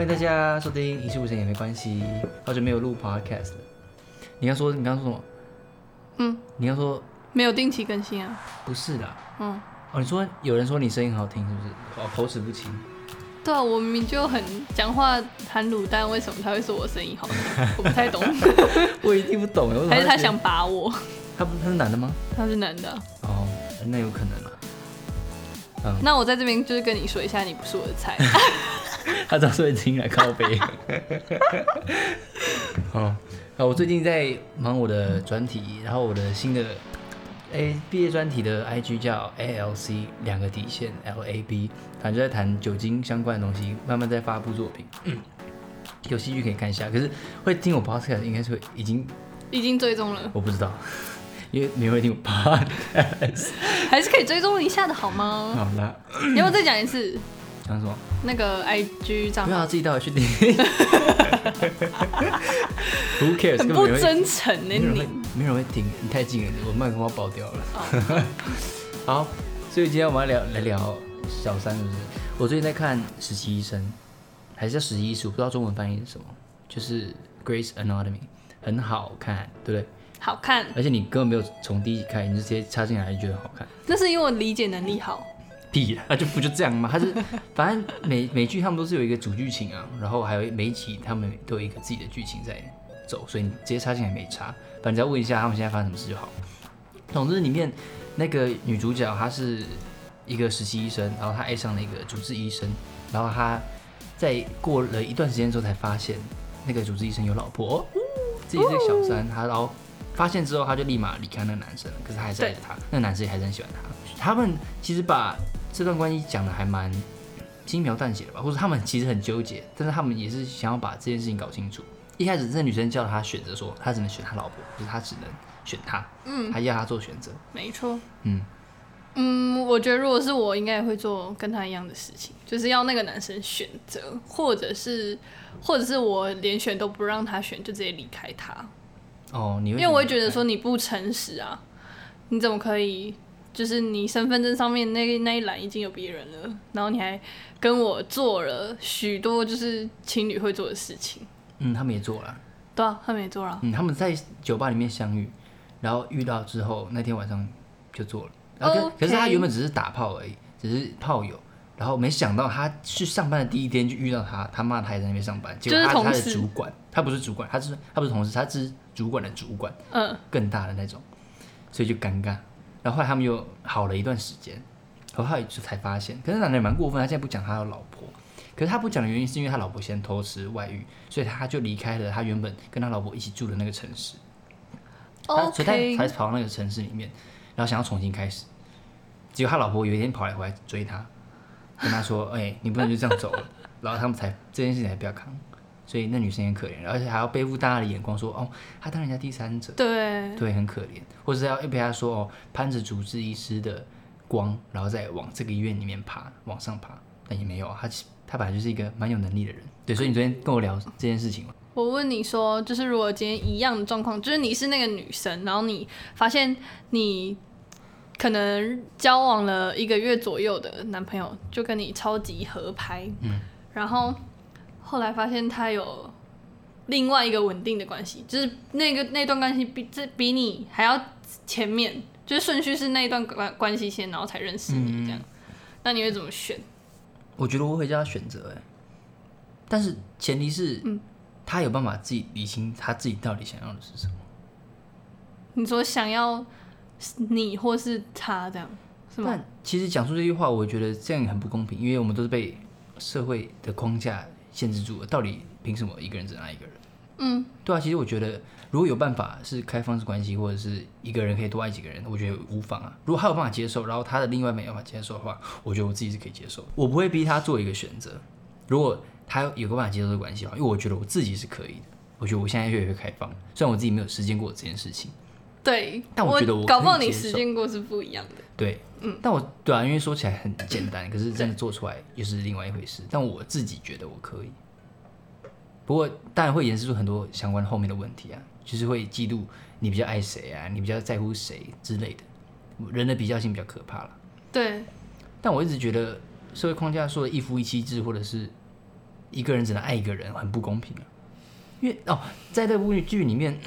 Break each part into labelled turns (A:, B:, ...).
A: 迎大家收听《一事无成也没关系》，好久没有录 podcast 了。你刚说，你刚说什么？
B: 嗯，
A: 你刚说
B: 没有定期更新啊。
A: 不是啦。
B: 嗯，
A: 哦，你说有人说你声音好听，是不是？哦，口齿不清。
B: 对啊，我明明就很讲话含卤蛋，为什么他会说我声音好听？我不太懂，
A: 我一定不懂哎，为什么
B: 还是他
A: 觉得
B: 想？把我？
A: 他不，他是男的吗？
B: 他是男的啊、
A: 哦，那有可能了。
B: 那我在这边就是跟你说一下，你不是我的菜。
A: 他早睡听来靠背。好，啊，我最近在忙我的专题，然后我的新的哎毕业专题的 IG 叫 ALC 两个底线 LAB，反正就在谈酒精相关的东西，慢慢在发布作品。
B: 嗯
A: 有兴趣可以看一下，可是会听我 podcast 应该是会已经
B: 已经追踪了，
A: 我不知道，因为没人会听我 podcast。
B: 还是可以追踪一下的好吗？
A: 好啦，
B: 你要不要再讲一次
A: 讲什么？
B: 那个 IG 账
A: 不要啊
B: 号？
A: 自己到底去听。Who cares？
B: 很
A: 根本
B: 不
A: 没人会
B: 真诚呢、
A: 没有人会
B: 你。，
A: 没有人会听，你太近了，我麦克风要爆掉了。 好，所以今天我们要聊来聊小三，是不是？我最近在看《实习医生》，还是叫《实习医师》，我不知道中文翻译是什么，就是《Grace Anatomy》，很好看，对不对？
B: 好看，
A: 而且你根本没有从第一集看，你就直接插进来就觉得好看。
B: 那是因为我理解能力好。
A: 屁啊，就不就这样吗？它是反正每每剧他们都是有一个主剧情啊，然后还有每一集他们都有一个自己的剧情在走，所以你直接插进来没差，反正只要问一下他们现在发生什么事就好。总之里面那个女主角她是一个实习医生，然后她爱上了一个主治医生，然后她在过了一段时间之后才发现那个主治医生有老婆，哦自己是个小三，她然后发现之后她就立马离开那个男生了，可是她还是爱着他，那个男生也还是很喜欢她。他们其实把这段关系讲的还蛮轻描淡写的吧，或者他们其实很纠结，但是他们也是想要把这件事情搞清楚。一开始这女生叫他选择说，他只能选他老婆，就是他只能选他，
B: 嗯，
A: 他要他做选择。
B: 没错。
A: 嗯，
B: 嗯，我觉得如果是我，应该也会做跟他一样的事情，就是要那个男生选择，或者是，或者是我连选都不让他选，就直接离开他，
A: 哦，你
B: 因
A: 会
B: 为我会觉得说你不诚实啊，你怎么可以？就是你身份证上面那那一栏已经有别人了，然后你还跟我做了许多就是情侣会做的事情，
A: 嗯，他们也做了，
B: 对啊，他没做了。
A: 嗯，他们在酒吧里面相遇，然后遇到之后，那天晚上就做了。然后可
B: 哦 OK
A: 可是他原本只是打炮而已，只是炮友，然后没想到他去上班的第一天就遇到他，他妈的还在那边上班，结果
B: 就是
A: 他他
B: 同
A: 的
B: 事
A: 主管，他不是主管，他是他不是同事，他是主管的主管，
B: 嗯，
A: 更大的那种，所以就尴尬。然后后来他们又好了一段时间，然后后来就才发现，可是那男的也蛮过分，他现在不讲他的老婆，可是他不讲的原因是因为他老婆先偷吃外遇，所以他就离开了他原本跟他老婆一起住的那个城市，他所以
B: OK，
A: 他才跑到那个城市里面，然后想要重新开始。结果他老婆有一天跑来回来追他，跟他说：“哎、你不能就这样走了。”然后他们才这件事情才不要扛，所以那女生也很可怜，而且还要背负大家的眼光说：“哦，她当人家第三者。”
B: 对，
A: 对，很可怜，或者是要被他说哦，攀着主治医师的光，然后再往这个医院里面爬，往上爬，但也没有啊，他其他本来就是一个蛮有能力的人，对，所以你昨天跟我聊这件事情嘛，
B: 我问你说，就是如果今天一样的状况，就是你是那个女生，然后你发现你可能交往了一个月左右的男朋友，就跟你超级合拍，
A: 嗯，
B: 然后后来发现他有另外一个稳定的关系，就是那个那段关系比这比你还要前面，就是顺序是那一段关关系先，然后才认识你这样，那你会怎么选？
A: 我觉得我会叫他选择，哎，但是前提是，他有办法自己理清他自己到底想要的是什么，
B: 你说想要你或是他这样是吗？
A: 但其实讲出这句话，我觉得这样很不公平，因为我们都是被社会的框架限制住了，到底凭什么一个人只能爱一个人？
B: 嗯。
A: 对啊，其实我觉得，如果有办法是开放式关系，或者是一个人可以多爱几个人，我觉得无妨啊。如果他有办法接受，然后他的另外一半也有办法接受的话，我觉得我自己是可以接受，我不会逼他做一个选择。如果他有个办法接受这个关系的话，因为我觉得我自己是可以的。我觉得我现在越来越开放，虽然我自己没有实践过这件事情，
B: 对，
A: 但我觉得我
B: 搞不好
A: 可以
B: 你
A: 接
B: 时
A: 受
B: 间过是不一样的。
A: 对，嗯，但我对啊，因为说起来很简单，可是真的做出来又是另外一回事。但我自己觉得我可以，不过当然会延伸出很多相关后面的问题啊，就是会嫉妒你比较爱谁啊，你比较在乎谁之类的。人的比较性比较可怕了。
B: 对，
A: 但我一直觉得社会框架说的一夫一妻制或者是一个人只能爱一个人，很不公平啊。因为哦，在这部剧里面，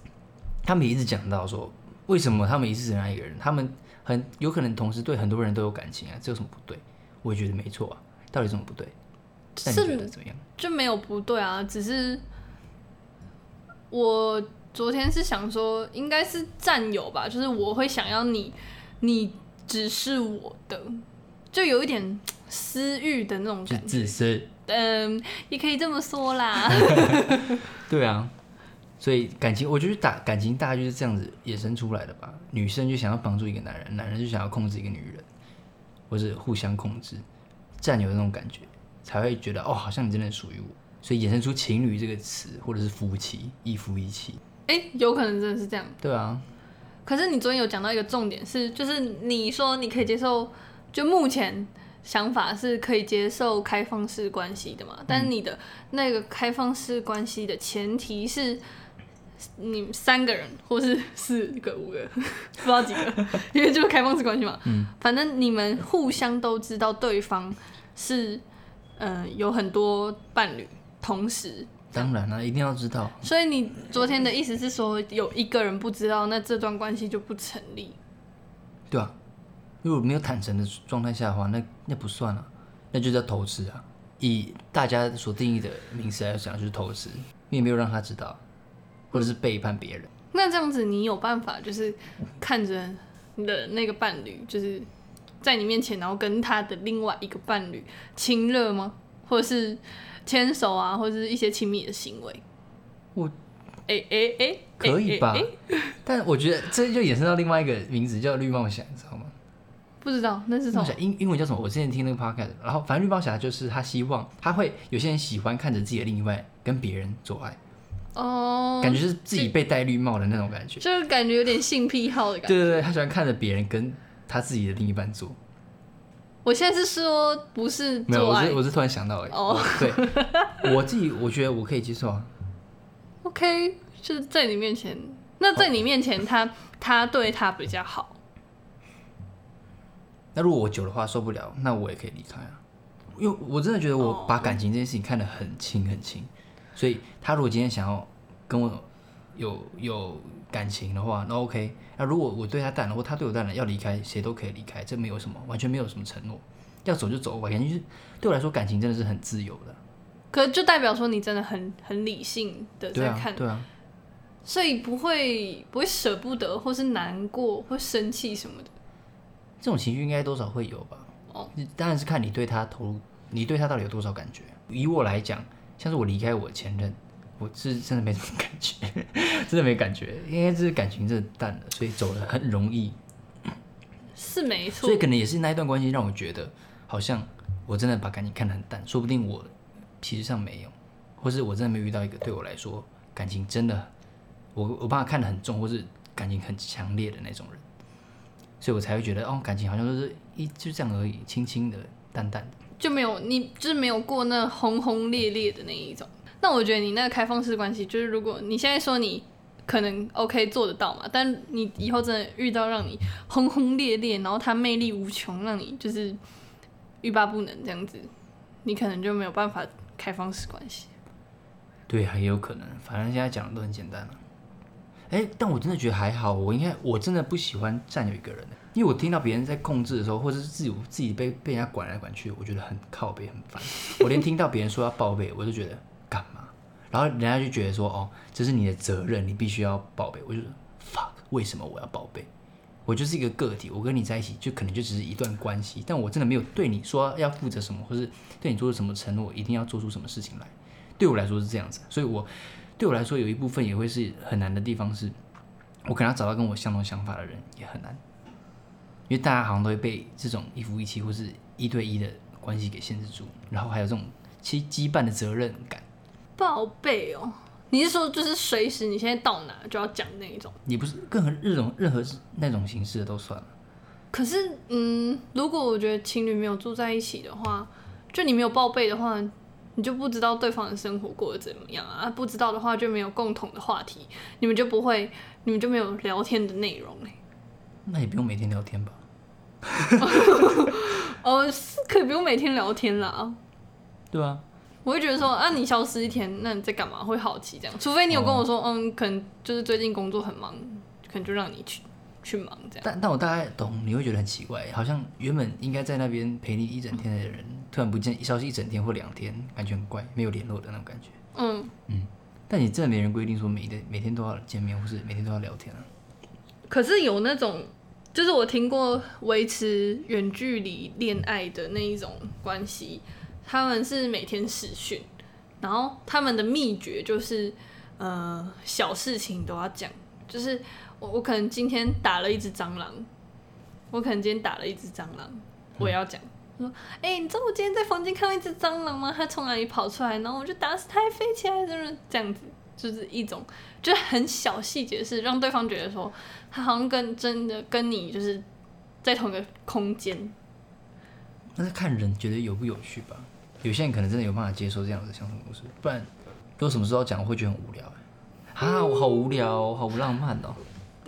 A: 他们也一直讲到说，为什么他们一直只能爱一个人？他们很有可能同时对很多人都有感情啊，这有什么不对？我也觉得没错啊，到底有什么不对？但你觉得
B: 是
A: 怎么样？
B: 就没有不对啊，只是我昨天是想说，应该是占有吧，就是我会想要你，你只是我的，就有一点私欲的那种
A: 就
B: 感觉，
A: 自私。
B: 嗯，也可以这么说啦。
A: 对啊，所以感情，我觉得打感情大概就是这样子衍生出来的吧。女生就想要帮助一个男人，男人就想要控制一个女人，或是互相控制、占有的那种感觉，才会觉得哦，好像你真的属于我。所以衍生出情侣这个词，或者是夫妻，一夫一妻。
B: 哎、有可能真的是这样。
A: 对啊，
B: 可是你昨天有讲到一个重点是，就是你说你可以接受，就目前想法是可以接受开放式关系的嘛？但是你的那个开放式关系的前提是，你们三个人或是四个、五个， 不知道几个，因为就是开放式关系嘛。嗯，反正你们互相都知道对方是，呃，有很多伴侣，同时
A: 当然了、一定要知道。
B: 所以你昨天的意思是说，有一个人不知道，那这段关系就不成立。
A: 对啊，如果没有坦诚的状态下的话，那那不算啊，那就叫偷吃啊。以大家所定义的名词来讲，就是偷吃，你也没有让他知道，或者是背叛别人。
B: 那这样子，你有办法就是看着你的那个伴侣，就是在你面前，然后跟他的另外一个伴侣亲热吗？或者是牵手啊，或者是一些亲密的行为？
A: 我
B: 哎哎哎，
A: 可以吧
B: 哎哎哎
A: 但我觉得这就衍生到另外一个名字叫绿帽侠，你知道吗？
B: 不知道那是
A: 绿
B: 什
A: 帽
B: 么
A: 侠？英英文叫什么？我之前听那个 podcast，然后反正绿帽侠就是他希望他会有些人喜欢看着自己的另一半跟别人做爱，
B: 哦，
A: 嗯感觉是自己被戴绿帽的那种感觉。
B: 就是感觉有点性癖好的感觉。
A: 对对对，他喜欢看着别人跟他自己的另一半做。
B: 我现在是说不是
A: 没有，
B: 做
A: 我
B: 爱
A: 是我是突然想到而已。
B: 哦
A: 我对，我自己我觉得我可以接受啊。
B: OK，就是在你面前，那在你面前他，他对他比较好，
A: 那如果我久的话受不了，那我也可以离开啊。因为我真的觉得
B: 哦
A: 我把感情这件事情看得很轻很轻，所以他如果今天想要跟我有有感情的话，那 OK。那如果我对他淡了，或他对我淡了，要离开谁都可以离开，这没有什么，完全没有什么承诺，要走就走吧。感觉就是对我来说，感情真的是很自由的。
B: 可就代表说你真的很很理性的
A: 对
B: 在
A: 啊
B: 看，，
A: 对啊。
B: 所以不会不会舍不得，或是难过，或生气什么的。
A: 这种情绪应该多少会有吧。
B: 哦，
A: 当然是看你对他投入，你对他到底有多少感觉。以我来讲，像是我离开我前任，我是真的没什么感觉， 真的没感觉，应该是感情真的淡了，所以走了很容易。
B: 是没错
A: 所以，可能也是那一段关系让我觉得，好像我真的把感情看得很淡，说不定我其实上没有，或是我真的没有遇到一个对我来说感情真的，我我把它看得很重，或是感情很强烈的那种人，所以我才会觉得哦，感情好像就是一就这样而已，轻轻的、淡淡的。
B: 就没有你就是没有过那轰轰烈烈的那一种。那我觉得你那个开放式关系，就是如果你现在说你可能 OK 做得到嘛，但你以后真的遇到让你轰轰烈烈，然后他魅力无穷，让你就是欲罢不能这样子，你可能就没有办法开放式关系。
A: 对啊，也有可能，反正现在讲的都很简单了、哎，但我真的觉得还好，我应该我真的不喜欢占有一个人，因为我听到别人在控制的时候，或者是自己自己被被人家管来管去，我觉得很靠背很烦。我连听到别人说要报备，我就觉得干嘛？然后人家就觉得说哦，这是你的责任，你必须要报备。我就说 fuck，为什么我要报备？我就是一个个体，我跟你在一起就可能就只是一段关系，但我真的没有对你说要负责什么，或是对你做出什么承诺，一定要做出什么事情来。对我来说是这样子，啊所以我对我来说有一部分也会是很难的地方是，我可能要找到跟我相同想法的人也很难，因为大家好像都会被这种一夫一妻或是一对一的关系给限制住，然后还有这种其羁绊的责任感，
B: 报备哦，你是说就是随时你现在到哪就要讲那一种？
A: 也不是任何任种任何那种形式的都算了。
B: 可是，嗯，如果我觉得情侣没有住在一起的话，就你没有报备的话，你就不知道对方的生活过得怎么样啊。不知道的话，就没有共同的话题，你们就不会，你们就没有聊天的内容嘞、欸
A: 那也不用每天聊天吧？
B: 哦，是可以不用每天聊天啦。
A: 对啊，
B: 我会觉得说啊，你消失一天，那你在干嘛？会好奇这样，除非你有跟我说，嗯，可能就是最近工作很忙，可能就让你去去忙这样。
A: 但但我大概懂，你会觉得很奇怪，好像原本应该在那边陪你一整天的人，突然不见消息一整天或两天，感觉很怪，没有联络的那种感觉。
B: 嗯，
A: 但你真的没人规定说每天每天都要见面，或是每天都要聊天啊？
B: 可是有那种，就是呃我听过维持远距离恋爱的那一种关系，他们是每天视讯，然后他们的秘诀就是，呃，小事情都要讲，就是我我可能今天打了一只蟑螂，我可能今天打了一只蟑螂，我也要讲。我说，哎、你知道我今天在房间看到一只蟑螂吗？它从哪里跑出来？然后我就打死它，还飞起来，就是这样子，就是一种，就是很小细节，是让对方觉得说，他好像跟真的跟你就是在同一个空间。
A: 那是看人觉得有不有趣吧。有些人可能真的有办法接受这样的相处模式，不然如果什么时候讲，会觉得很无聊、欸。啊，我好无聊、哦，好不浪漫哦。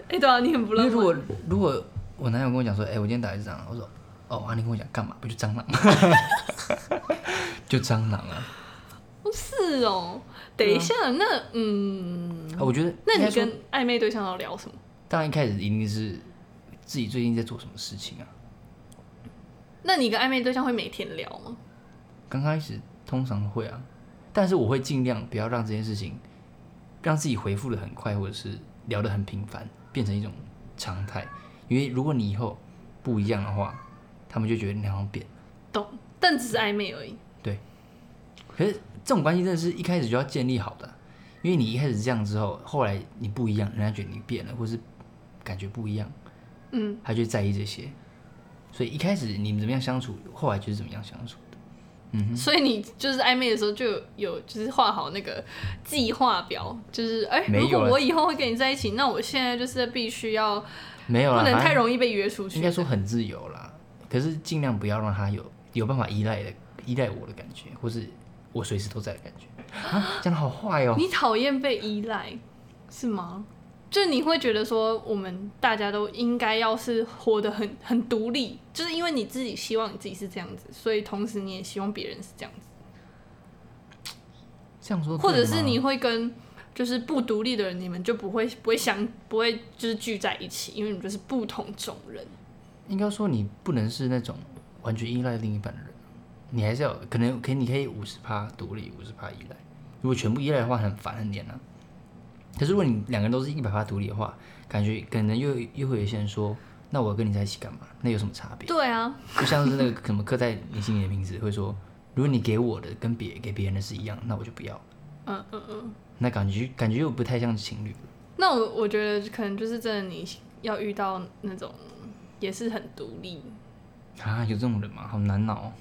B: 哎、对啊，你很不
A: 因
B: 浪
A: 为如
B: 漫。
A: 果如果我男友跟我讲说，哎、我今天打一只蟑螂，我说，哦，啊，你跟我讲干嘛？不就蟑螂？ 就蟑螂啊！
B: 不是哦，等一下，那嗯，
A: 啊，我觉得，
B: 那你跟暧昧对象要聊什么？
A: 当然一开始一定是自己最近在做什么事情啊。
B: 那你跟暧昧对象会每天聊吗？
A: 刚开始通常会啊，但是我会尽量不要让这件事情让自己回复的很快，或者是聊得很频繁，变成一种常态。因为如果你以后不一样的话，他们就觉得你好像变了。
B: 懂，但只是暧昧而已。
A: 可是这种关系真的是一开始就要建立好的啊，因为你一开始这样之后，后来你不一样，人家觉得你变了，或是感觉不一样，
B: 嗯，
A: 他就会在意这些。所以一开始你们怎么样相处，后来就是怎么样相处。嗯
B: 所以你就是暧昧的时候就有有就是画好那个计划表，就是哎、
A: 没有
B: 如果
A: 了
B: 我以后会跟你在一起，那我现在就是必须要
A: 没有
B: 不
A: 啦，
B: 能
A: 反正
B: 太容易被约出去。
A: 应该说很自由啦，可是尽量不要让他有有办法依赖的依赖我的感觉，或是我随时都在的感觉啊，讲的好坏哦、
B: 你讨厌被依赖是吗？就你会觉得说，我们大家都应该要是活得很很独立，就是因为你自己希望你自己是这样子，所以同时你也希望别人是这样子，
A: 这样说对吗，
B: 或者是你会跟就是不独立的人，你们就不会不会相不会就是聚在一起，因为你们就是不同种人。
A: 应该说你不能是那种完全依赖另一半的人，你还是要可能可以你可以五十趴独立，五十趴依赖。如果全部依赖的话，很烦很黏啊。可是如果你两个人都是一百趴独立的话，感觉可能又又会有一些人说，那我跟你在一起干嘛？那有什么差别？
B: 对啊，
A: 就像是那个什么刻在你心里的名字，会说，如果你给我的跟别给别人的是一样，那我就不要了。
B: 嗯嗯嗯。
A: 那感觉感觉又不太像情侣。
B: 那我我觉得可能就是真的，你要遇到那种也是很独立，
A: 啊，有这种人吗？好难熬、哦。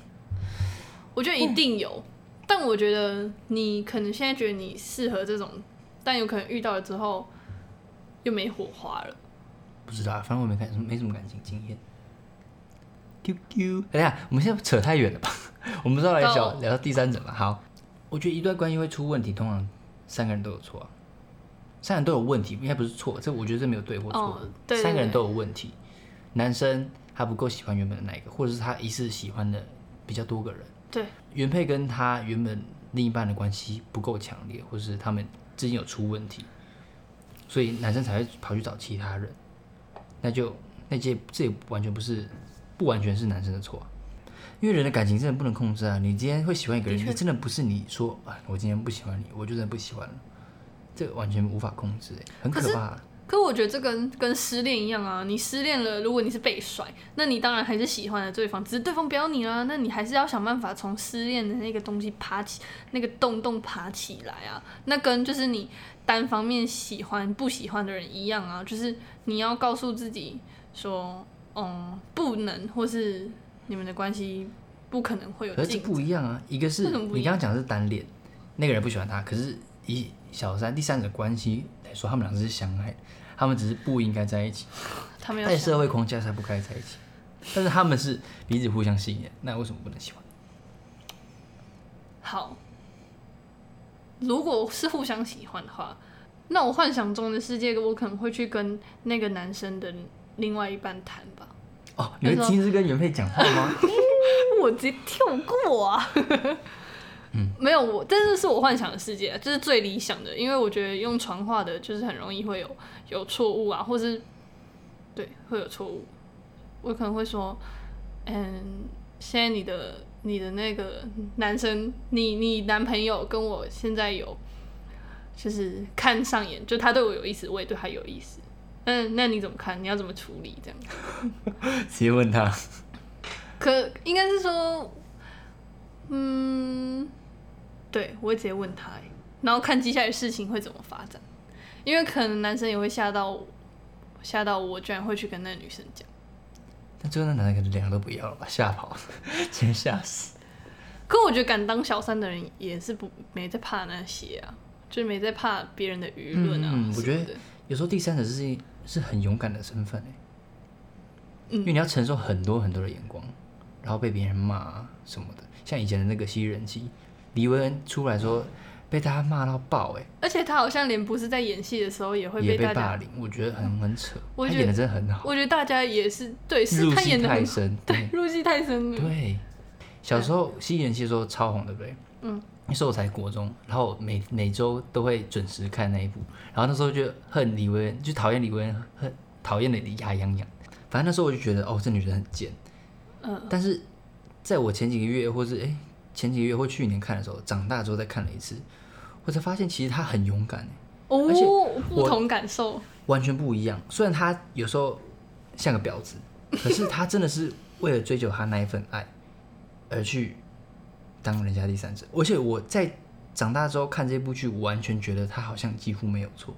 B: 我觉得一定有，但我觉得你可能现在觉得你适合这种，但有可能遇到了之后又没火花了。
A: 不知道啊，反正我没感没什么感情经验。丢丢，等一下，我们现在扯太远了吧？ 我们不知道来聊
B: 到
A: 聊到第三者嘛？好，我觉得一段关系会出问题，通常三个人都有错、啊，三个人都有问题，应该不是错，这我觉得这没有对或错，
B: 哦对对
A: 三个人
B: 对
A: 都有问题。男生他不够喜欢原本的那一个，或者是他一次喜欢的比较多个人。
B: 对，
A: 原配跟他原本另一半的关系不够强烈，或是他们之间有出问题，所以男生才会跑去找其他人，那就那这这也完全不是不完全是男生的错啊、因为人的感情真的不能控制啊！你今天会喜欢一个人，
B: 的确
A: 你真的不是你说啊，我今天不喜欢你，我就真的不喜欢了，这完全无法控制、欸，很
B: 可是
A: 可怕啊、
B: 可我觉得这跟跟失恋一样啊，你失恋了，如果你是被甩，那你当然还是喜欢的对方，只是对方不要你啦，那你还是要想办法从失恋的那个东西爬起，那个洞洞爬起来啊。那跟就是你单方面喜欢不喜欢的人一样啊，就是你要告诉自己说，嗯，不能，或是你们的关系不可能会有
A: 可是这
B: 进
A: 不一样啊，一个是
B: 为什么不一
A: 你刚刚讲的是单恋，那个人不喜欢他，可是以小三第三者关系来说，他们两个是相爱的，他们只是不应该在一起，
B: 他们要
A: 在
B: 想
A: 社会框架下不该在一起，但是他们是彼此互相吸引的，那为什么不能喜欢？
B: 好。如果是互相喜欢的话，那我幻想中的世界，我可能会去跟那个男生的另外一半谈吧。
A: 哦， 你会亲自跟原配讲话吗？
B: 我直接跳过啊！嗯，没有我，但是是我幻想的世界啊，这、是最理想的，因为我觉得用传话的，就是很容易会有有错误啊，或是对会有错误，我可能会说，嗯，现在你的你的那个男生，你你男朋友跟我现在有就是看上眼，就他对我有意思，我也对他有意思，嗯，那你怎么看？你要怎么处理？这样。
A: 直接问他，
B: 可应该是说，嗯，对我会直接问他欸，然后看接下来事情会怎么发展，因为可能男生也会吓到我，吓到我居然会去跟那个女生讲。
A: 但最后 那男的可能两个都不要了吧，吓跑了， 直接吓死。
B: 可我觉得敢当小三的人也是不没在怕那些啊，就是没在怕别人的舆论啊
A: 嗯嗯我
B: 什么的、
A: 觉得有时候第三者是是很勇敢的身份欸因为
B: 嗯，
A: 你要承受很多很多的眼光，然后被别人骂啊什么的。像以前的那个吸人机，李维恩出来
B: 嗯
A: 说被大家骂到爆、欸，
B: 而且他好像连不是在演戏的时候也会
A: 也
B: 被
A: 被
B: 大
A: 霸
B: 家，
A: 凌，我觉得很很扯。
B: 我
A: 他
B: 觉得
A: 演的真的很好，
B: 我觉得大家也是对，是
A: 入
B: 他演
A: 戏
B: 的
A: 太
B: 很
A: 深，
B: 对，入戏太深了。
A: 对，小时候吸人戏的时候超红，对不对？
B: 嗯，
A: 那时候我才国中，然后每每周都会准时看那一部，然后那时候就恨李维恩，就讨厌李维恩，恨讨厌的牙痒痒。反正那时候我就觉得，哦，这女人很贱。
B: 嗯，
A: 但是在我前几个月，或是哎、诶前几个月或去年看的时候，长大之后再看了一次，我才发现其实她很勇敢、而且
B: 哦，不
A: 我
B: 同感受。
A: 完全不一样。虽然他有时候像个婊子，可是他真的是为了追求他那一份爱而去当人家第三者。而且我在长大之后看这部剧，我完全觉得他好像几乎没有错，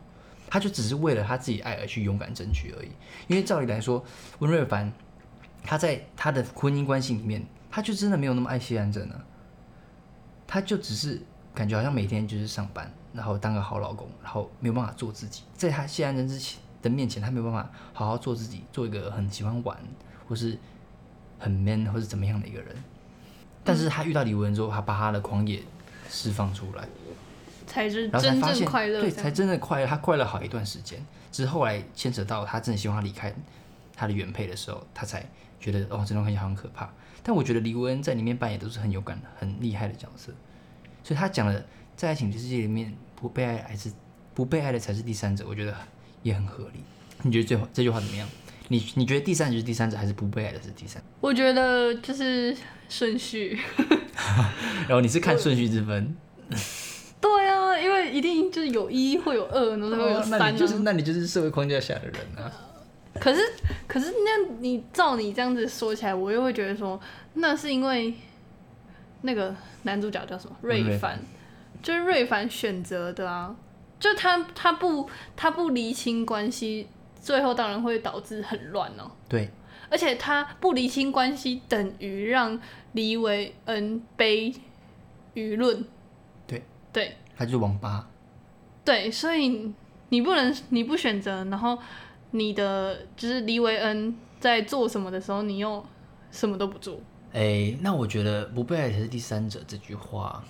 A: 他就只是为了他自己爱而去勇敢争取而已。因为照理来说，温瑞凡他在他的婚姻关系里面，他就真的没有那么爱谢安珍啊，他就只是感觉好像每天就是上班，然后当个好老公，然后没有办法做自己，在他谢安珍之前的面前，他没有办法好好做自己，做一个很喜欢玩或是很 man 或是怎么样的一个人。但是他遇到李文之后，他把他的狂野释放出来，
B: 才是
A: 然后才
B: 真
A: 发
B: 正
A: 现
B: 快乐。
A: 对，才真的快乐。他快乐好一段时间，只是后来牵扯到他真的希望他离开他的原配的时候，他才觉得哦，这段关系好像很可怕。但我觉得李维恩在里面扮演都是很有感、很厉害的角色，所以他讲的在爱情世界里面不被爱还是不被爱的才是第三者，我觉得也很合理。你觉得这这句话怎么样？你你觉得第三者是第三者，还是不被爱的是第三者？
B: 我觉得就是顺序。
A: 然后你是看顺序之分，
B: 对啊，因为一定就是有一会有二，然后才会有
A: 哦
B: 三、啊
A: 那你就是那你就是社会框架下的人啊。
B: 可是可是那样你照你这样子说起来，我又会觉得说，那是因为那个男主角叫什么
A: 温瑞
B: 瑞凡，就是瑞凡选择的啊，就他他不他不厘清关系，最后当然会导致很乱哦、
A: 对，
B: 而且他不厘清关系，等于让黎维恩背舆论。
A: 对
B: 对
A: 他就是王八。
B: 对，所以你不能，你不选择，然后你的就是黎维恩在做什么的时候，你又什么都不做。
A: 哎、那我觉得不被爱才是第三者这句话，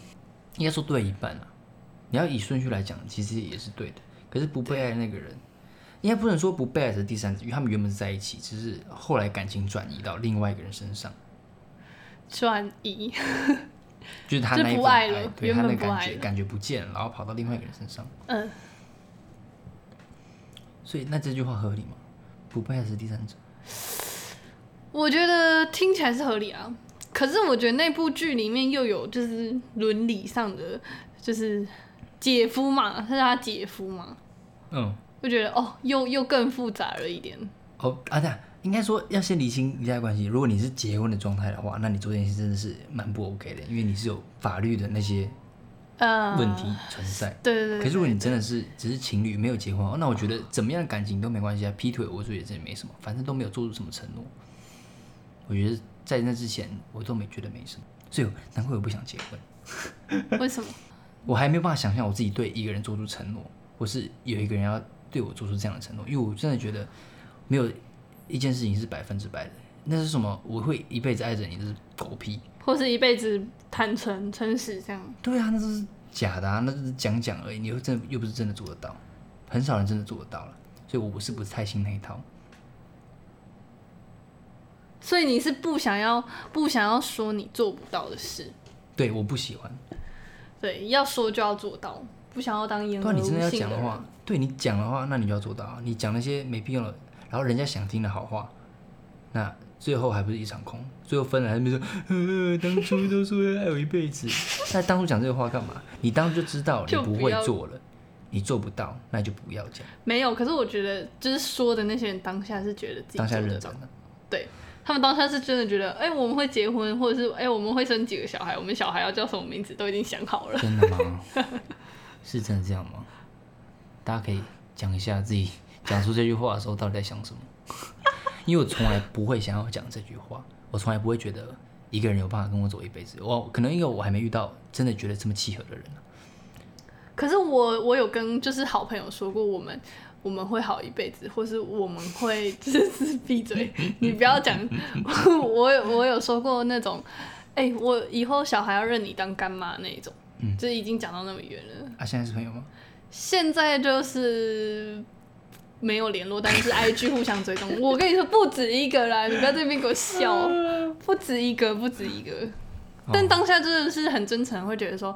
A: 应该说对一半啊。你要以顺序来讲，其实也是对的。可是不被爱的那个人，应该不能说不被爱才是第三者，因为他们原本是在一起，只是后来感情转移到另外一个人身上，
B: 转移，
A: 就是他那一
B: 就
A: 份
B: 不爱
A: 爱，
B: 了
A: 对
B: 原
A: 他
B: 本
A: 的
B: 不
A: 感
B: 爱
A: 觉
B: 了
A: 感觉不见了，然后跑到另外一个人身上。
B: 嗯，
A: 所以那这句话合理吗？不被爱才是第三者，
B: 我觉得听起来是合理啊。可是我觉得那部剧里面又有就是伦理上的，就是姐夫嘛，是他姐夫嘛，
A: 嗯，
B: 就觉得哦，又又更复杂了一点。
A: 哦啊，对啊，应该说要先理清一下关系。如果你是结婚的状态的话，那你做这件事真的是蛮不 OK 的，因为你是有法律的那些
B: 呃，
A: 问题存在。
B: 对对对。
A: 可是如果你真的是只是情侣没有结婚，哦那我觉得怎么样的感情都没关系啊，劈腿我觉得这也没什么，反正都没有做出什么承诺。我觉得在那之前我都没觉得没什么，所以难怪我不想结婚，
B: 对为什么？
A: 我还没有办法想象我自己对一个人做出承诺，或是有一个人要对我做出这样的承诺，因为我真的觉得没有一件事情是百分之百的。那是什么？我会一辈子爱着你，这是狗屁。
B: 或是一辈子坦诚、诚实这样？
A: 对啊，那都是假的啊，那就是讲讲而已，你又真的又不是真的做得到，很少人真的做得到了，所以我不是不太信那一套。
B: 所以你是不想要不想要说你做不到的事？
A: 对，我不喜欢，
B: 对，要说就要做到，不想要当言
A: 不
B: 而
A: 啊然你
B: 无
A: 真
B: 信
A: 的要讲
B: 人。
A: 的话，对你讲的话，那你就要做到啊。你讲那些没必要的，然后人家想听的好话，那最后还不是一场空？最后分了还没说，呃，当初都说要爱我一辈子， 那当初讲这个话干嘛？你当初就知道你
B: 就
A: 不
B: 不
A: 会
B: 要
A: 做了，你做不到，那就不要讲。
B: 没有，可是我觉得就是说的那些人当下是觉得自己
A: 当下
B: 做得
A: 认
B: 到
A: 真了，
B: 对他们当下是真的觉得，哎、我们会结婚，或者是哎、我们会生几个小孩，我们小孩要叫什么名字都已经想好了。
A: 真的吗？ 是真的这样吗？大家可以讲一下自己讲出这句话的时候到底在想什么， 因为我从来不会想要讲这句话，我从来不会觉得一个人有办法跟我走一辈子。我可能因为我还没遇到真的觉得这么契合的人啊、
B: 可是我我有跟就是好朋友说过，我们我们会好一辈子，或是我们会就是闭嘴， 你不要讲。我有我有说过那种，哎、我以后小孩要认你当干妈那一种，就是已经讲到那么远了。
A: 啊，现在是朋友吗？
B: 现在就是没有联络，但是 IG 互相追踪。我跟你说，不止一个啦，你不要在那边给我笑，不止一个，不止一个。
A: 哦
B: 但当下真的是很真诚，会觉得说，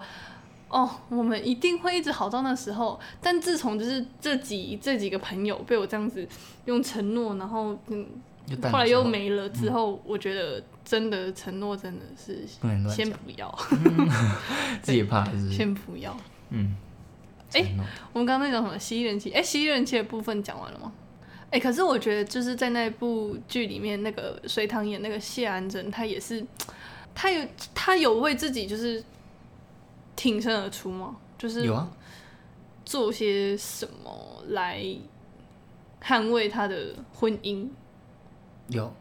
B: 哦，我们一定会一直好到那时候。但自从就是这几这几个朋友被我这样子用承诺，然后嗯，
A: 就淡了
B: 后来又
A: 之
B: 没了之
A: 嗯
B: 后，我觉得真的承诺真的是
A: 不能乱
B: 先
A: 讲，
B: 不要，
A: 自己怕是不是？
B: 先不要。
A: 嗯，
B: 哎
A: 承诺
B: 我们刚刚那种什么蜥蜴人妻，哎、蜥蜴人妻的部分讲完了吗？哎、可是我觉得就是在那部剧里面，那个隋唐演那个谢安贞，她也是，她有她有为自己就是挺身而出吗？就是
A: 有啊，
B: 做些什么来捍卫她的婚姻？
A: 有，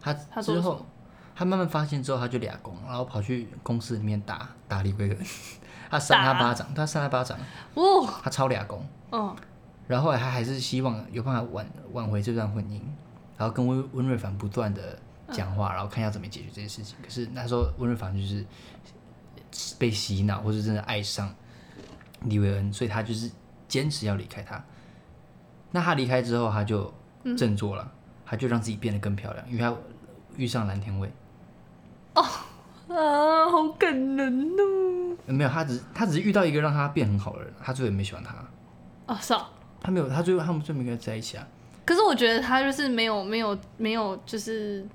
A: 他
B: 他做
A: 之
B: 了什
A: 后
B: 么，
A: 他慢慢发现之后，他就俩工，然后跑去公司里面打打李贵人， 他扇他
B: 打
A: 巴掌，他扇他巴掌，
B: 哦，
A: 他超俩工，
B: 嗯，
A: 然后后来他还是希望有办法挽挽回这段婚姻，然后跟温温瑞凡不断的讲话，然后看要怎么解决这件事情。可是那时候温瑞凡就是被洗脑，或者真的爱上李维恩，所以他就是坚持要离开他。那他离开之后，他就振作了，他就让自己变得更漂亮，因为他遇上蓝天卫。
B: 啊，好感人哦！
A: 呃没有，他只是他只是遇到一个让他变很好的人，他最后也没喜欢他，
B: 啊，是啊。
A: 他没有，他最后他们最后没跟他在一起啊。
B: 可是我觉得他就是没有没有没有，就是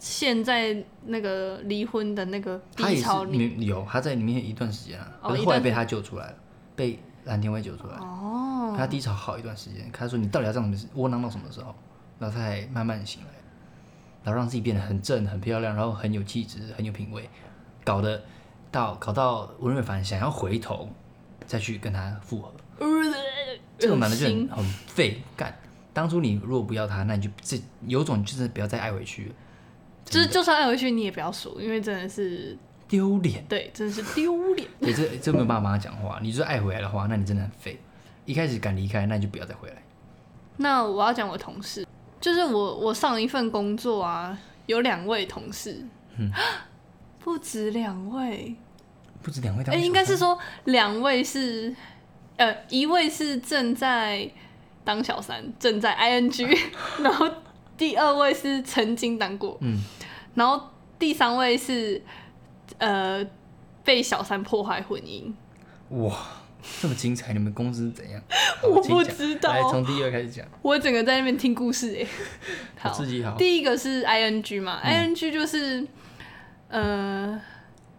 B: 现在那个离婚的那个
A: 他也
B: 低
A: 是
B: 潮里。
A: 里有他在里面一段时间啊，
B: 哦
A: 可是
B: 一
A: 后来
B: 段
A: 被他救出来了，被蓝天卫救出来。
B: 哦，
A: 他低潮好一段时间，他说你到底要这样子窝囊到什么时候？然后他才慢慢醒来，然后让自己变得很正、很漂亮，然后很有气质、很有品味，搞得到搞到文瑞凡想要回头再去跟他复合，这种男的就很
B: 心
A: 很废干。当初你如果不要他，那你就这有种就是不要再爱回去了，
B: 就是就算爱回去，你也不要说，因为真的是
A: 丢脸。
B: 对，真的是丢脸。
A: 对，这这没有办法帮他讲话。你就是爱回来的话，那你真的很废。一开始敢离开，那你就不要再回来。
B: 那我要讲我同事，就是我我上一份工作啊，有两位同事，
A: 嗯
B: 不止两位，
A: 不止两位，
B: 哎、应该是说两位是，呃，一位是正在当小三，正在 ing，然后第二位是曾经当过，
A: 嗯，
B: 然后第三位是呃被小三破坏婚姻，
A: 哇，这么精彩！你们公司是怎样？好
B: 我
A: 请
B: 不
A: 讲
B: 知道
A: 来，从第二开始讲。
B: 我整个在那边听故事哎、
A: 我自己好。
B: 第一个是 ing 嘛、i n g 就是呃，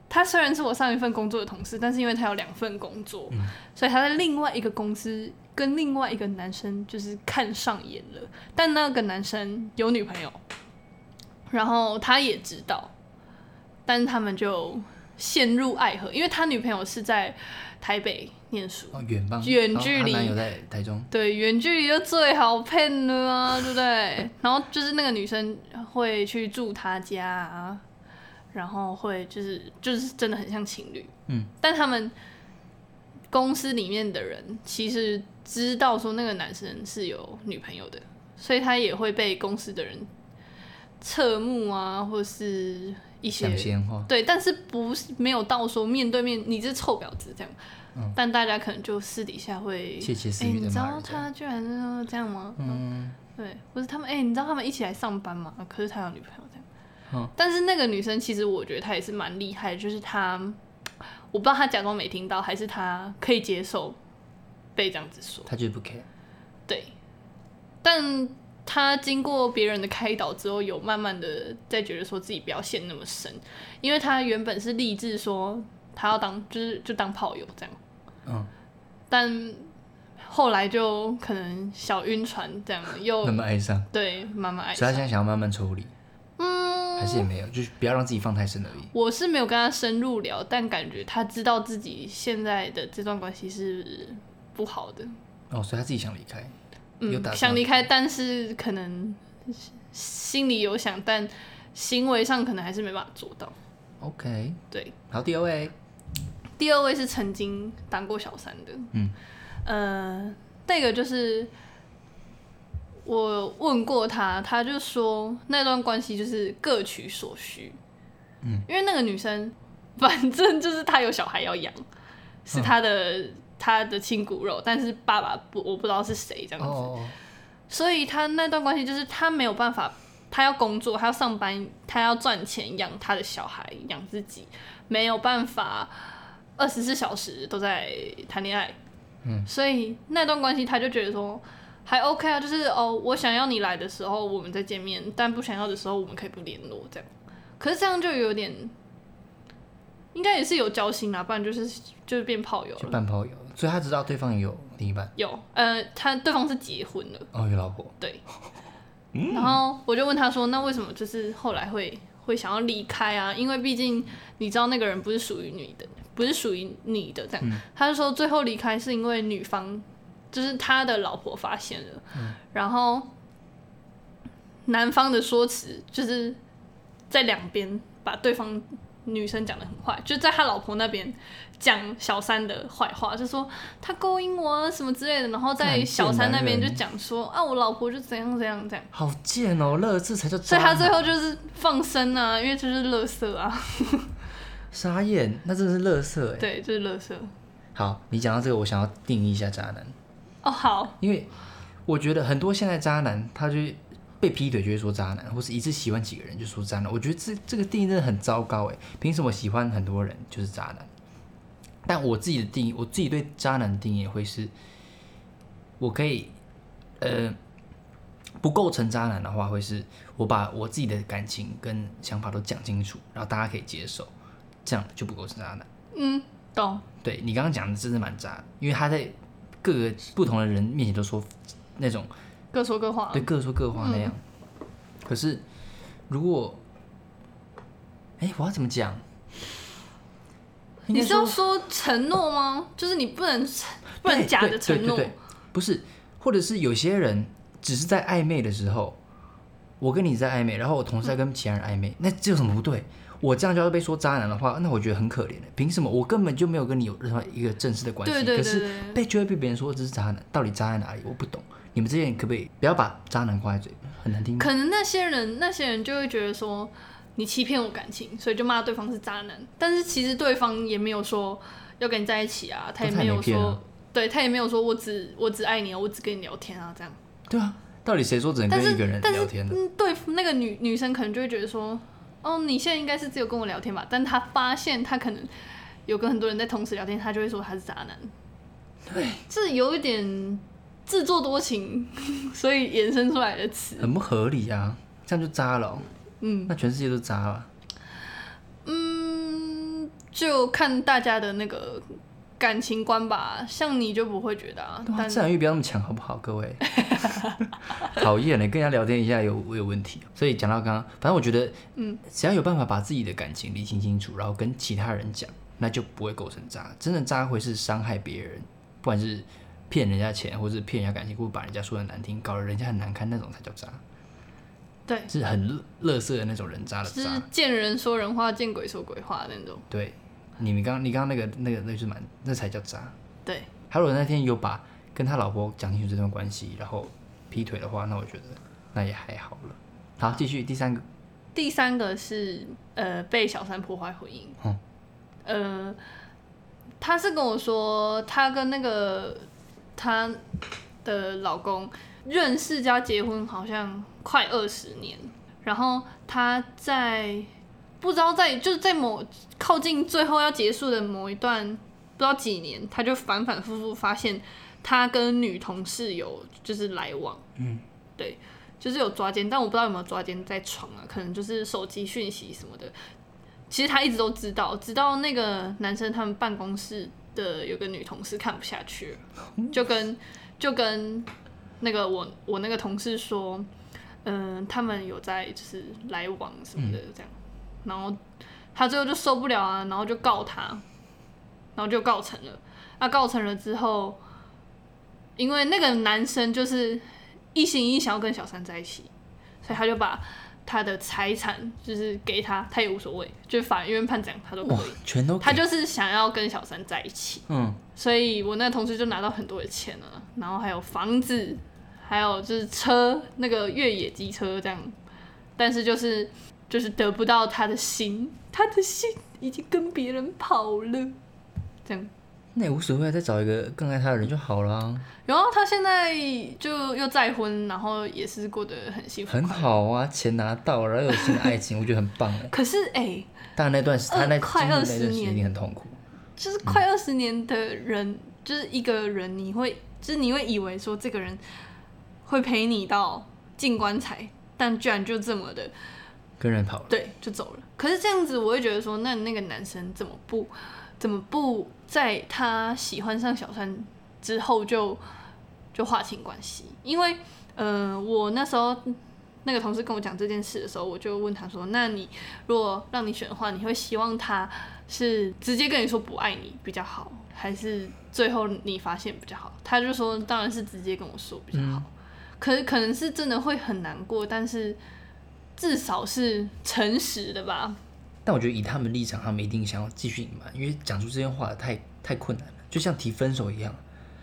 B: 他虽然是我上一份工作的同事，但是因为他有两份工作，所以他在另外一个公司跟另外一个男生就是看上眼了，但那个男生有女朋友，然后他也知道，但是他们就陷入爱河，因为他女朋友是在台北念书，
A: 哦，远方，
B: 远
A: 然后
B: 距
A: 她
B: 离
A: 男友在台中，
B: 对，远距离就最好骗了啊，对不对？然后就是那个女生会去住他家、啊，然后会就是就是真的很像情侣，
A: 嗯，
B: 但他们公司里面的人其实知道说那个男生是有女朋友的，所以他也会被公司的人侧目啊，或是一些
A: 讲闲话。
B: 对，但是不是没有到说面对面你这臭婊子这样，但大家可能就私底下会
A: 窃窃私
B: 哎
A: 语
B: 你
A: 地
B: 知
A: 骂
B: 道
A: 人这样
B: 他居然是这样吗？
A: 嗯，
B: 对，或是他们哎、你知道他们一起来上班吗？可是他有女朋友这样。
A: 嗯
B: 但是那个女生其实我觉得她也是蛮厉害的，就是她，我不知道他假装没听到，还是他可以接受被这样子说。
A: 他就是不 care。
B: 对，但他经过别人的开导之后，有慢慢的在觉得说自己不要陷那么深，因为他原本是立志说他要当就是就当炮友这样，
A: 嗯，
B: 但后来就可能小晕船这样，又
A: 慢慢爱上，
B: 对慢慢爱
A: 所以他
B: 上
A: 现。在想要慢慢抽离，还
B: 嗯，
A: 是也没有，就是不要让自己放太深而已。
B: 我是没有跟他深入聊，但感觉他知道自己现在的这段关系是不好的，
A: 哦，所以他自己想离开，有
B: 嗯
A: 打，算
B: 想离开，但是可能心里有想，但行为上可能还是没办法做到。
A: OK，
B: 对，
A: 好，第二位，
B: 第二位是曾经当过小三的，
A: 嗯，
B: 呃，那个就是我问过他，他就说那段关系就是各取所需，
A: 嗯，
B: 因为那个女生反正就是她有小孩要养，是
A: 嗯
B: 她的、她的亲骨肉，但是爸爸不我不知道是谁这样
A: 哦
B: 子，
A: 哦，哦
B: 所以他那段关系就是他没有办法，他要工作，他要上班，他要赚钱养他的小孩，养自己，没有办法二十四小时都在谈恋爱。
A: 嗯，
B: 所以那段关系他就觉得说还 OK 啊，就是哦，我想要你来的时候我们再见面，但不想要的时候我们可以不联络这样。可是这样就有点，应该也是有交心啦，啊不然就是就是变炮友
A: 就
B: 了。
A: 半炮友，所以他知道对方有另一半，
B: 有，呃，他对方是结婚了。
A: 哦，有老婆，
B: 对，然后我就问他说：“那为什么就是后来会会想要离开啊？因为毕竟你知道那个人不是属于你的，不是属于你的这样。他就说最后离开是因为女方就是他的老婆发现了，然后男方的说辞就是在两边把对方女生讲的很坏，就在他老婆那边讲小三的坏话，就说他勾引我啊什么之类的，然后在
A: 干
B: 小三那边
A: 这男
B: 就
A: 人
B: 讲说啊我老婆就怎样怎样怎样，
A: 好贱哦，乐这才叫
B: 所
A: 渣
B: 以他
A: 男，
B: 最后就是放生啊，因为就是乐色啊，
A: 沙燕，那真的是乐色哎。
B: 对，就是乐色。
A: 好，你讲到这个，我想要定义一下渣男，
B: 哦，好，
A: 因为我觉得很多现在渣男，他就被劈腿就会说渣男，或是一次喜欢几个人就说渣男。我觉得这这个定义真的很糟糕哎，凭什么喜欢很多人就是渣男？但我自己的定义，我自己对渣男的定义会是，我可以，呃，不构成渣男的话，会是我把我自己的感情跟想法都讲清楚，然后大家可以接受，这样就不构成渣男。
B: 嗯，懂，
A: 对你刚刚讲的真的蛮渣的，因为他在各个不同的人面前都说那种
B: 各说各话
A: 对，各说各话那样。
B: 嗯
A: 可是如果，哎，我要怎么讲？应
B: 你
A: 该
B: 是要说承诺吗？就是你不能不能
A: 对
B: 假
A: 对
B: 的
A: 对
B: 承
A: 对
B: 诺
A: 对，不是，或者是有些人只是在暧昧的时候，我跟你在暧昧，然后我同时在
B: 嗯
A: 跟其他人暧昧，那这有什么不对？我这样就要被说渣男的话，那我觉得很可怜的。凭什么我根本就没有跟你有任何一个正式的关系？
B: 对对
A: 可
B: 对
A: 是
B: 对
A: 被就会被别人说这是渣男，到底渣在哪里？我不懂。你们这些人可不可以不要把渣男挂在嘴边？很难听。
B: 可能那些人那些人就会觉得说你欺骗我感情，所以就骂对方是渣男。但是其实对方也没有说要跟你在一起啊，他也
A: 都他也
B: 有
A: 没骗
B: 说，
A: 啊
B: 对他也没有说我只我只爱你啊，我只跟你聊天啊这样。
A: 对啊，到底谁说只能跟一个人
B: 但是
A: 聊天呢？
B: 嗯，对，那个女女生可能就会觉得说，哦，你现在应该是只有跟我聊天吧？但她发现她可能有跟很多人在同时聊天，她就会说她是渣男。对， 这有一点自作多情，所以衍生出来的词。
A: 很不合理啊，这样就渣了哦、
B: 嗯
A: 那全世界都渣了。
B: 嗯，就看大家的那个感情观吧。像你就不会觉得啊，
A: 对啊，
B: 但
A: 自然欲不要那么强，好不好，各位？ 讨厌了，跟人家聊天一下有我有问题。所以讲到刚刚，反正我觉得，嗯，只要有办法把自己的感情理清清楚，然后跟其他人讲，那就不会构成渣。真的渣会是伤害别人，不管是骗人家钱，或是骗人家感情，或把人家说的难听，搞得人家很难堪，那种才叫渣，
B: 对，
A: 是很乐色的那种人渣的
B: 是
A: 渣。
B: 见人说人话，见鬼说鬼话那种。
A: 对，你们刚你刚刚那个那个那就是蛮那才叫渣。
B: 对，
A: 还有那天有把跟他老婆讲清楚这段关系，然后劈腿的话，那我觉得那也还好了。好，继续第三个，
B: 第三个是呃被小三破坏婚姻。
A: 嗯
B: 呃，他是跟我说，他跟那个他的老公认识加结婚好像快二十年，然后他在不知道在就是在某靠近最后要结束的某一段，不知道几年，他就反反复复发现他跟女同事有就是来往，嗯，对，就是有抓奸，但我不知道有没有抓奸在床啊，可能就是手机讯息什么的。其实他一直都知道，直到那个男生他们办公室的有个女同事看不下去了，就跟就跟那个我我那个同事说，嗯、他们有在就是来往什么的这样，然后他最后就受不了啊，然后就告他，然后就告成了。那、告成了之后，因为那个男生就是一心一意想要跟小三在一起，所以他就把他的财产就是给他，他也无所谓，就是法院判怎样他都可
A: 哇
B: 以。，
A: 全都给
B: 他就是想要跟小三在一起，
A: 嗯，
B: 所以我那个同事就拿到很多的钱了，然后还有房子，还有就是车，那个越野机车这样，但是就是就是得不到他的心，他的心已经跟别人跑了，这样。
A: 那也无所谓啊，再找一个更爱他的人就好了啊，
B: 然后他现在就又再婚，然后也是过得很幸福。
A: 很好啊，钱拿到了，然后有新的爱情，我觉得很棒 哎。
B: 可是哎、
A: 但那段时，他那
B: 呃
A: 经历
B: 快
A: 那段
B: 20
A: 时间一定
B: 年
A: 很痛苦。
B: 就是快二十年的人，就是一个人，你会就是你会以为说这个人会陪你到进棺材，但居然就这么的
A: 跟人跑了，
B: 对就走了。可是这样子，我会觉得说，那那个男生怎么不怎么不在他喜欢上小三之后就就划清关系？因为呃，我那时候那个同事跟我讲这件事的时候，我就问他说：“那你如果让你选的话，你会希望他是直接跟你说不爱你比较好，还是最后你发现比较好？”他就说：“当然是直接跟我说比较好。可可能是真的会很难过，但是至少是诚实的吧。
A: 但我觉得以他们立场，他们一定想要继续隐瞒，因为讲出这些话太太困难了，就像提分手一样，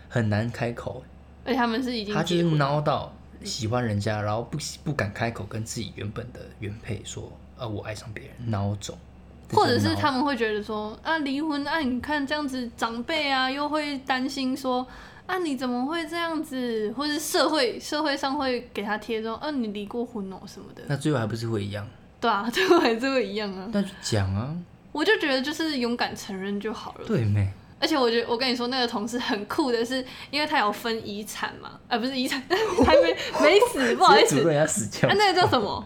A: 很难开口。
B: 而且他们是已经
A: 他就
B: 结
A: 是
B: 婚，
A: 孬到喜欢人家，然后不不敢开口跟自己原本的原配说，呃，我爱上别人，孬种，
B: 或者是
A: 这就孬
B: 他们会觉得说啊离婚啊，你看这样子长辈啊又会担心说啊你怎么会这样子，或是社会社会上会给他贴这种啊你离过婚哦什么的，
A: 那最后还不是会一样？
B: 对啊，最后还是会一样啊。
A: 那就讲啊，
B: 我就觉得就是勇敢承认就好了。
A: 对没？
B: 而且我觉得，我跟你说，那个同事很酷的是，因为他有分遗产 嘛，啊，不是遗产，还没没死，不好意
A: 直接诅，
B: 思
A: 咒人家死掉
B: 啊，， 那个叫什么？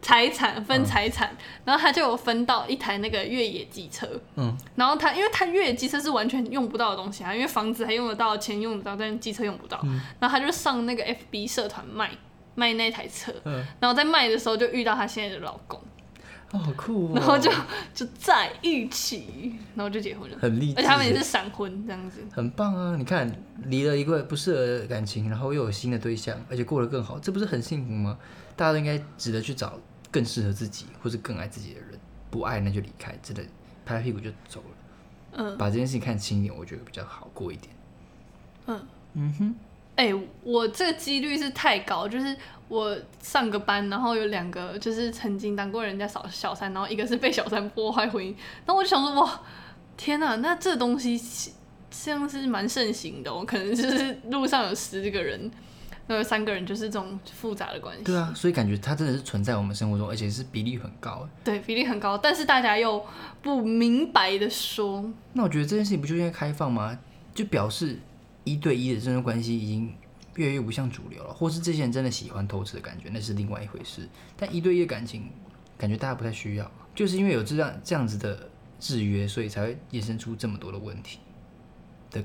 B: 财产
A: 嗯
B: 分财产，然后他就有分到一台那个越野机车，
A: 嗯，
B: 然后他因为他越野机车是完全用不到的东西啊，因为房子还用得到，钱用得到，但是机车用不到，
A: 嗯
B: 然后他就上那个 FB 社团卖卖那台车，
A: 嗯
B: 然后在卖的时候就遇到她现在的老公，
A: 哦好酷哦，
B: 然后就就在一起，然后就结婚了，
A: 很励志
B: 而且，他们也是闪婚这样子，
A: 很棒啊！你看，离了一个不适合的感情，然后又有新的对象，而且过得更好，这不是很幸福吗？大家都应该值得去找更适合自己或是更爱自己的人，不爱那就离开，真的拍拍屁股就走了。
B: 嗯
A: 把这件事情看清一点，我觉得比较好过一点。
B: 嗯。
A: 嗯哼，
B: 哎、我这个几率是太高，就是我上个班，然后有两个就是曾经当过人家小小三，然后一个是被小三破坏婚姻，然后我就想说，哇，天哪、那这东西是像是蛮盛行的、哦，可能就是路上有十个人，那有三个人就是这种复杂的关系，
A: 对啊，所以感觉它真的是存在我们生活中，而且是比例很高。
B: 对比例很高，但是大家又不明白的说，
A: 那我觉得这件事情不就应该开放吗？就表示一对一的这种关系已经越来越不像主流了，或是这些人真的喜欢偷吃的感觉，那是另外一回事。但一对一的感情，感觉大家不太需要，就是因为有这样这样子的制约，所以才会衍生出这么多的问题的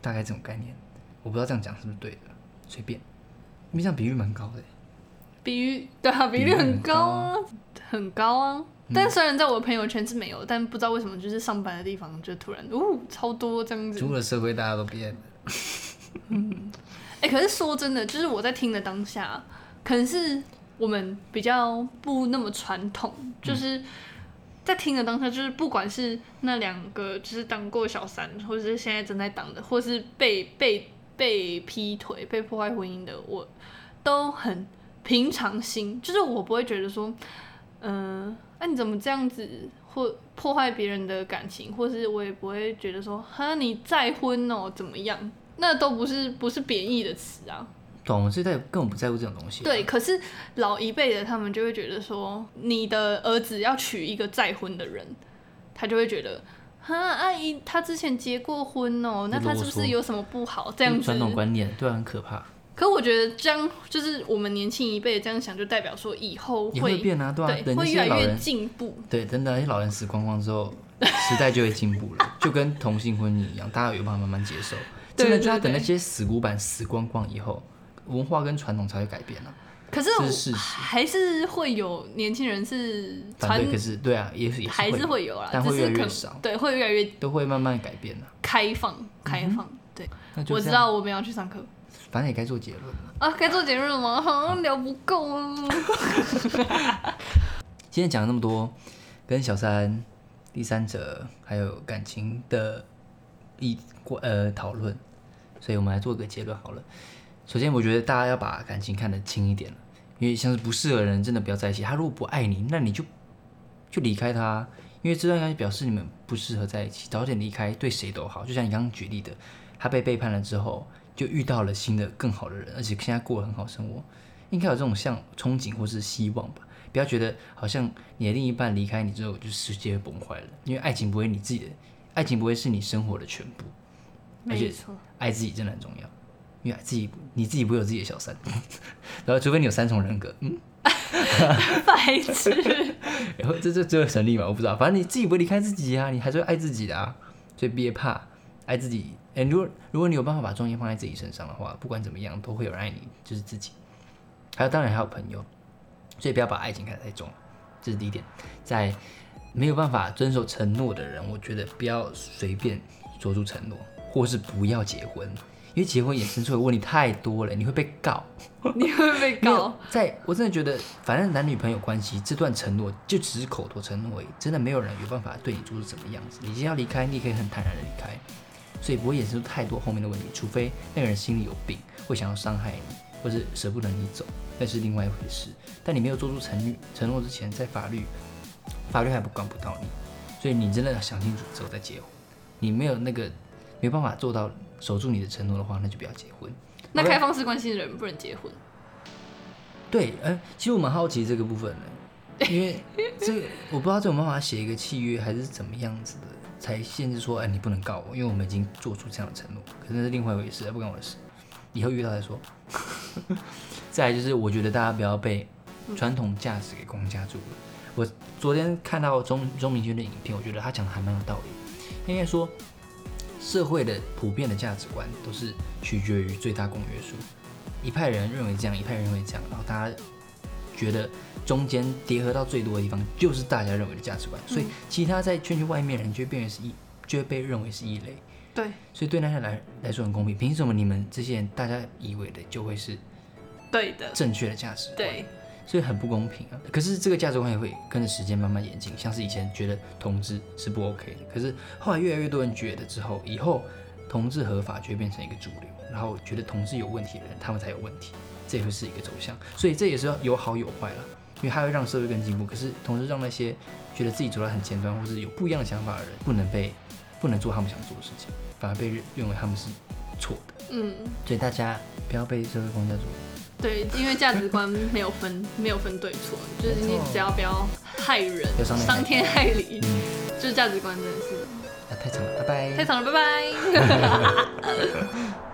A: 大概这种概念。我不知道这样讲是不是对的，随便，因为这样比喻蛮高的。
B: 比喻对啊，比率很高啊，很高啊。但虽然在我朋友圈是没有，但不知道为什么，就是上班的地方就突然，哦，超多这样子。
A: 出了社会，大家都变了。
B: 哎、可是说真的，就是我在听的当下，可能是我们比较不那么传统，就是在听的当下，就是不管是那两个就是当过小三，或者是现在正在当的，或是被被被劈腿、被破坏婚姻的，我都很平常心，就是我不会觉得说，嗯、那、你怎么这样子？或破坏别人的感情，或是我也不会觉得说，哈，你再婚哦，怎么样？那都不是不是贬义的词啊。
A: 懂，这代根本不在乎这种东西。啊
B: 对，可是老一辈的他们就会觉得说，你的儿子要娶一个再婚的人，他就会觉得，哈，阿姨她之前结过婚哦，那她是不
A: 啰
B: 是
A: 嗦
B: 有什么不好？这样子
A: 传统观念，对啊，很可怕，
B: 可我觉得这样就是我们年轻一辈这样想，就代表说以后
A: 也
B: 会
A: 会变啊，对啊，
B: 对
A: 人家
B: 会
A: 现
B: 越
A: 在老
B: 来越
A: 人，
B: 进步。
A: 对，真的，因为老人死光光之 后，时代就会进步了，就跟同性婚姻一样，大家有办法慢慢接受。
B: 对
A: 真的，
B: 对
A: 就要等
B: 对
A: 那些死古板死光光以后，文化跟传统才会改变啊。
B: 可是
A: 这
B: 我
A: 是事实
B: 还是会有年轻人是
A: 反
B: 传
A: 对，可是对啊，也也
B: 还是
A: 是会
B: 会有啦，
A: 但
B: 只
A: 会越
B: 是
A: 来越
B: 可
A: 少
B: 能对会越来越
A: 都会慢慢改变的、啊。
B: 开放开
A: 嗯
B: 放。对，
A: 那就
B: 我
A: 这
B: 知
A: 样，
B: 道我们要去上课
A: 反正也该做结论了。
B: 啊，该做结论了吗？ 好像聊不够啊。
A: 今天讲了那么多，跟小三、第三者还有感情的一呃讨论，所以我们来做个结论好了。首先，我觉得大家要把感情看得轻一点了，因为像是不适合的人真的不要在一起。他如果不爱你，那你就就离开他，因为这段感情表示你们不适合在一起，早点离开对谁都好。就像你刚刚举例的，他被背叛了之后，就遇到了新的更好的人，而且现在过得很好生活，应该有这种像憧憬或是希望吧。不要觉得好像你的另一半离开你之后，就世界崩坏了，因为爱情不会你自己的，爱情不会是你生活的全部，而且
B: 没错，
A: 爱自己真的很重要，因为自己你自己不会有自己的小三， 然后除非你有三重人格，嗯，
B: 白痴。
A: 然后 这这这个神力嘛，我不知道，反正你自己不会离开自己啊，你还是会爱自己的啊，所以别怕，爱自己。哎、如果如果你有办法把重心放在自己身上的话，不管怎么样都会有人爱你，就是自己。还有当然还有朋友，所以不要把爱情看得太重，这是第一点。在没有办法遵守承诺的人，我觉得不要随便说出承诺，或是不要结婚，因为结婚衍生出的问题太多了，你会被告。
B: 你会被
A: 没有
B: 告，
A: 在我真的觉得，反正男女朋友关系这段承诺就只是口头承诺而已，真的没有人有办法对你做出什么样子。你今天要离开，你也可以很坦然的离开，所以不会衍生出太多后面的问题，除非那个人心里有病，会想要伤害你，或是舍不得你走，那是另外一回事。但你没有做出承承诺之前，在法律法律还不管不到你，所以你真的想清楚之后再结婚。你没有那个没办法做到守住你的承诺的话，那就不要结婚。
B: 那
A: 好了
B: 开放式关系的人不能结婚。
A: 对，哎、其实我蛮好奇这个部分的，因为这个我不知道这有没有办法写一个契约还是怎么样子的，才限制说，哎、你不能告我，因为我们已经做出这样的承诺，可是那是另外一回事，不关我的事，以后遇到再说。再来就是，我觉得大家不要被传统价值给框架住了。我昨天看到钟钟明轩的影片，我觉得他讲的还蛮有道理。应该说，社会的普遍的价值观都是取决于最大公约数，一派人认为这样，一派人认为这样，然后大家觉得中间叠合到最多的地方就是大家认为的价值观，所以其他在圈圈外面的人就会变成是一，就会被认为是异类，
B: 对，
A: 所以对那些来来说很公平。凭什么你们这些人大家以为的就会是
B: 对的，
A: 正确的价值观？
B: 对，
A: 所以很不公平啊。可是这个价值观也会跟着时间慢慢演进，像是以前觉得同志是不 OK 的，可是后来越来越多人觉得之后，以后同志合法就会变成一个主流，然后觉得同志有问题的人，他们才有问题，这也会是一个走向。所以这也是有好有坏啦，因为它会让社会更进步，可是同时让那些觉得自己走在很前端或是有不一样的想法的人，不能被不能做他们想做的事情，反而被认认为他们是错的。
B: 嗯，
A: 所以大家不要被社会框架住。
B: 对，因为价值观没有分，没有分对错，就是
A: 没
B: 你
A: 错
B: 只要不要害人
A: 不要伤天害理，
B: 伤天害理，
A: 嗯，
B: 就是价值观真的是
A: 啊，太长了，拜拜。
B: 太长了，拜拜。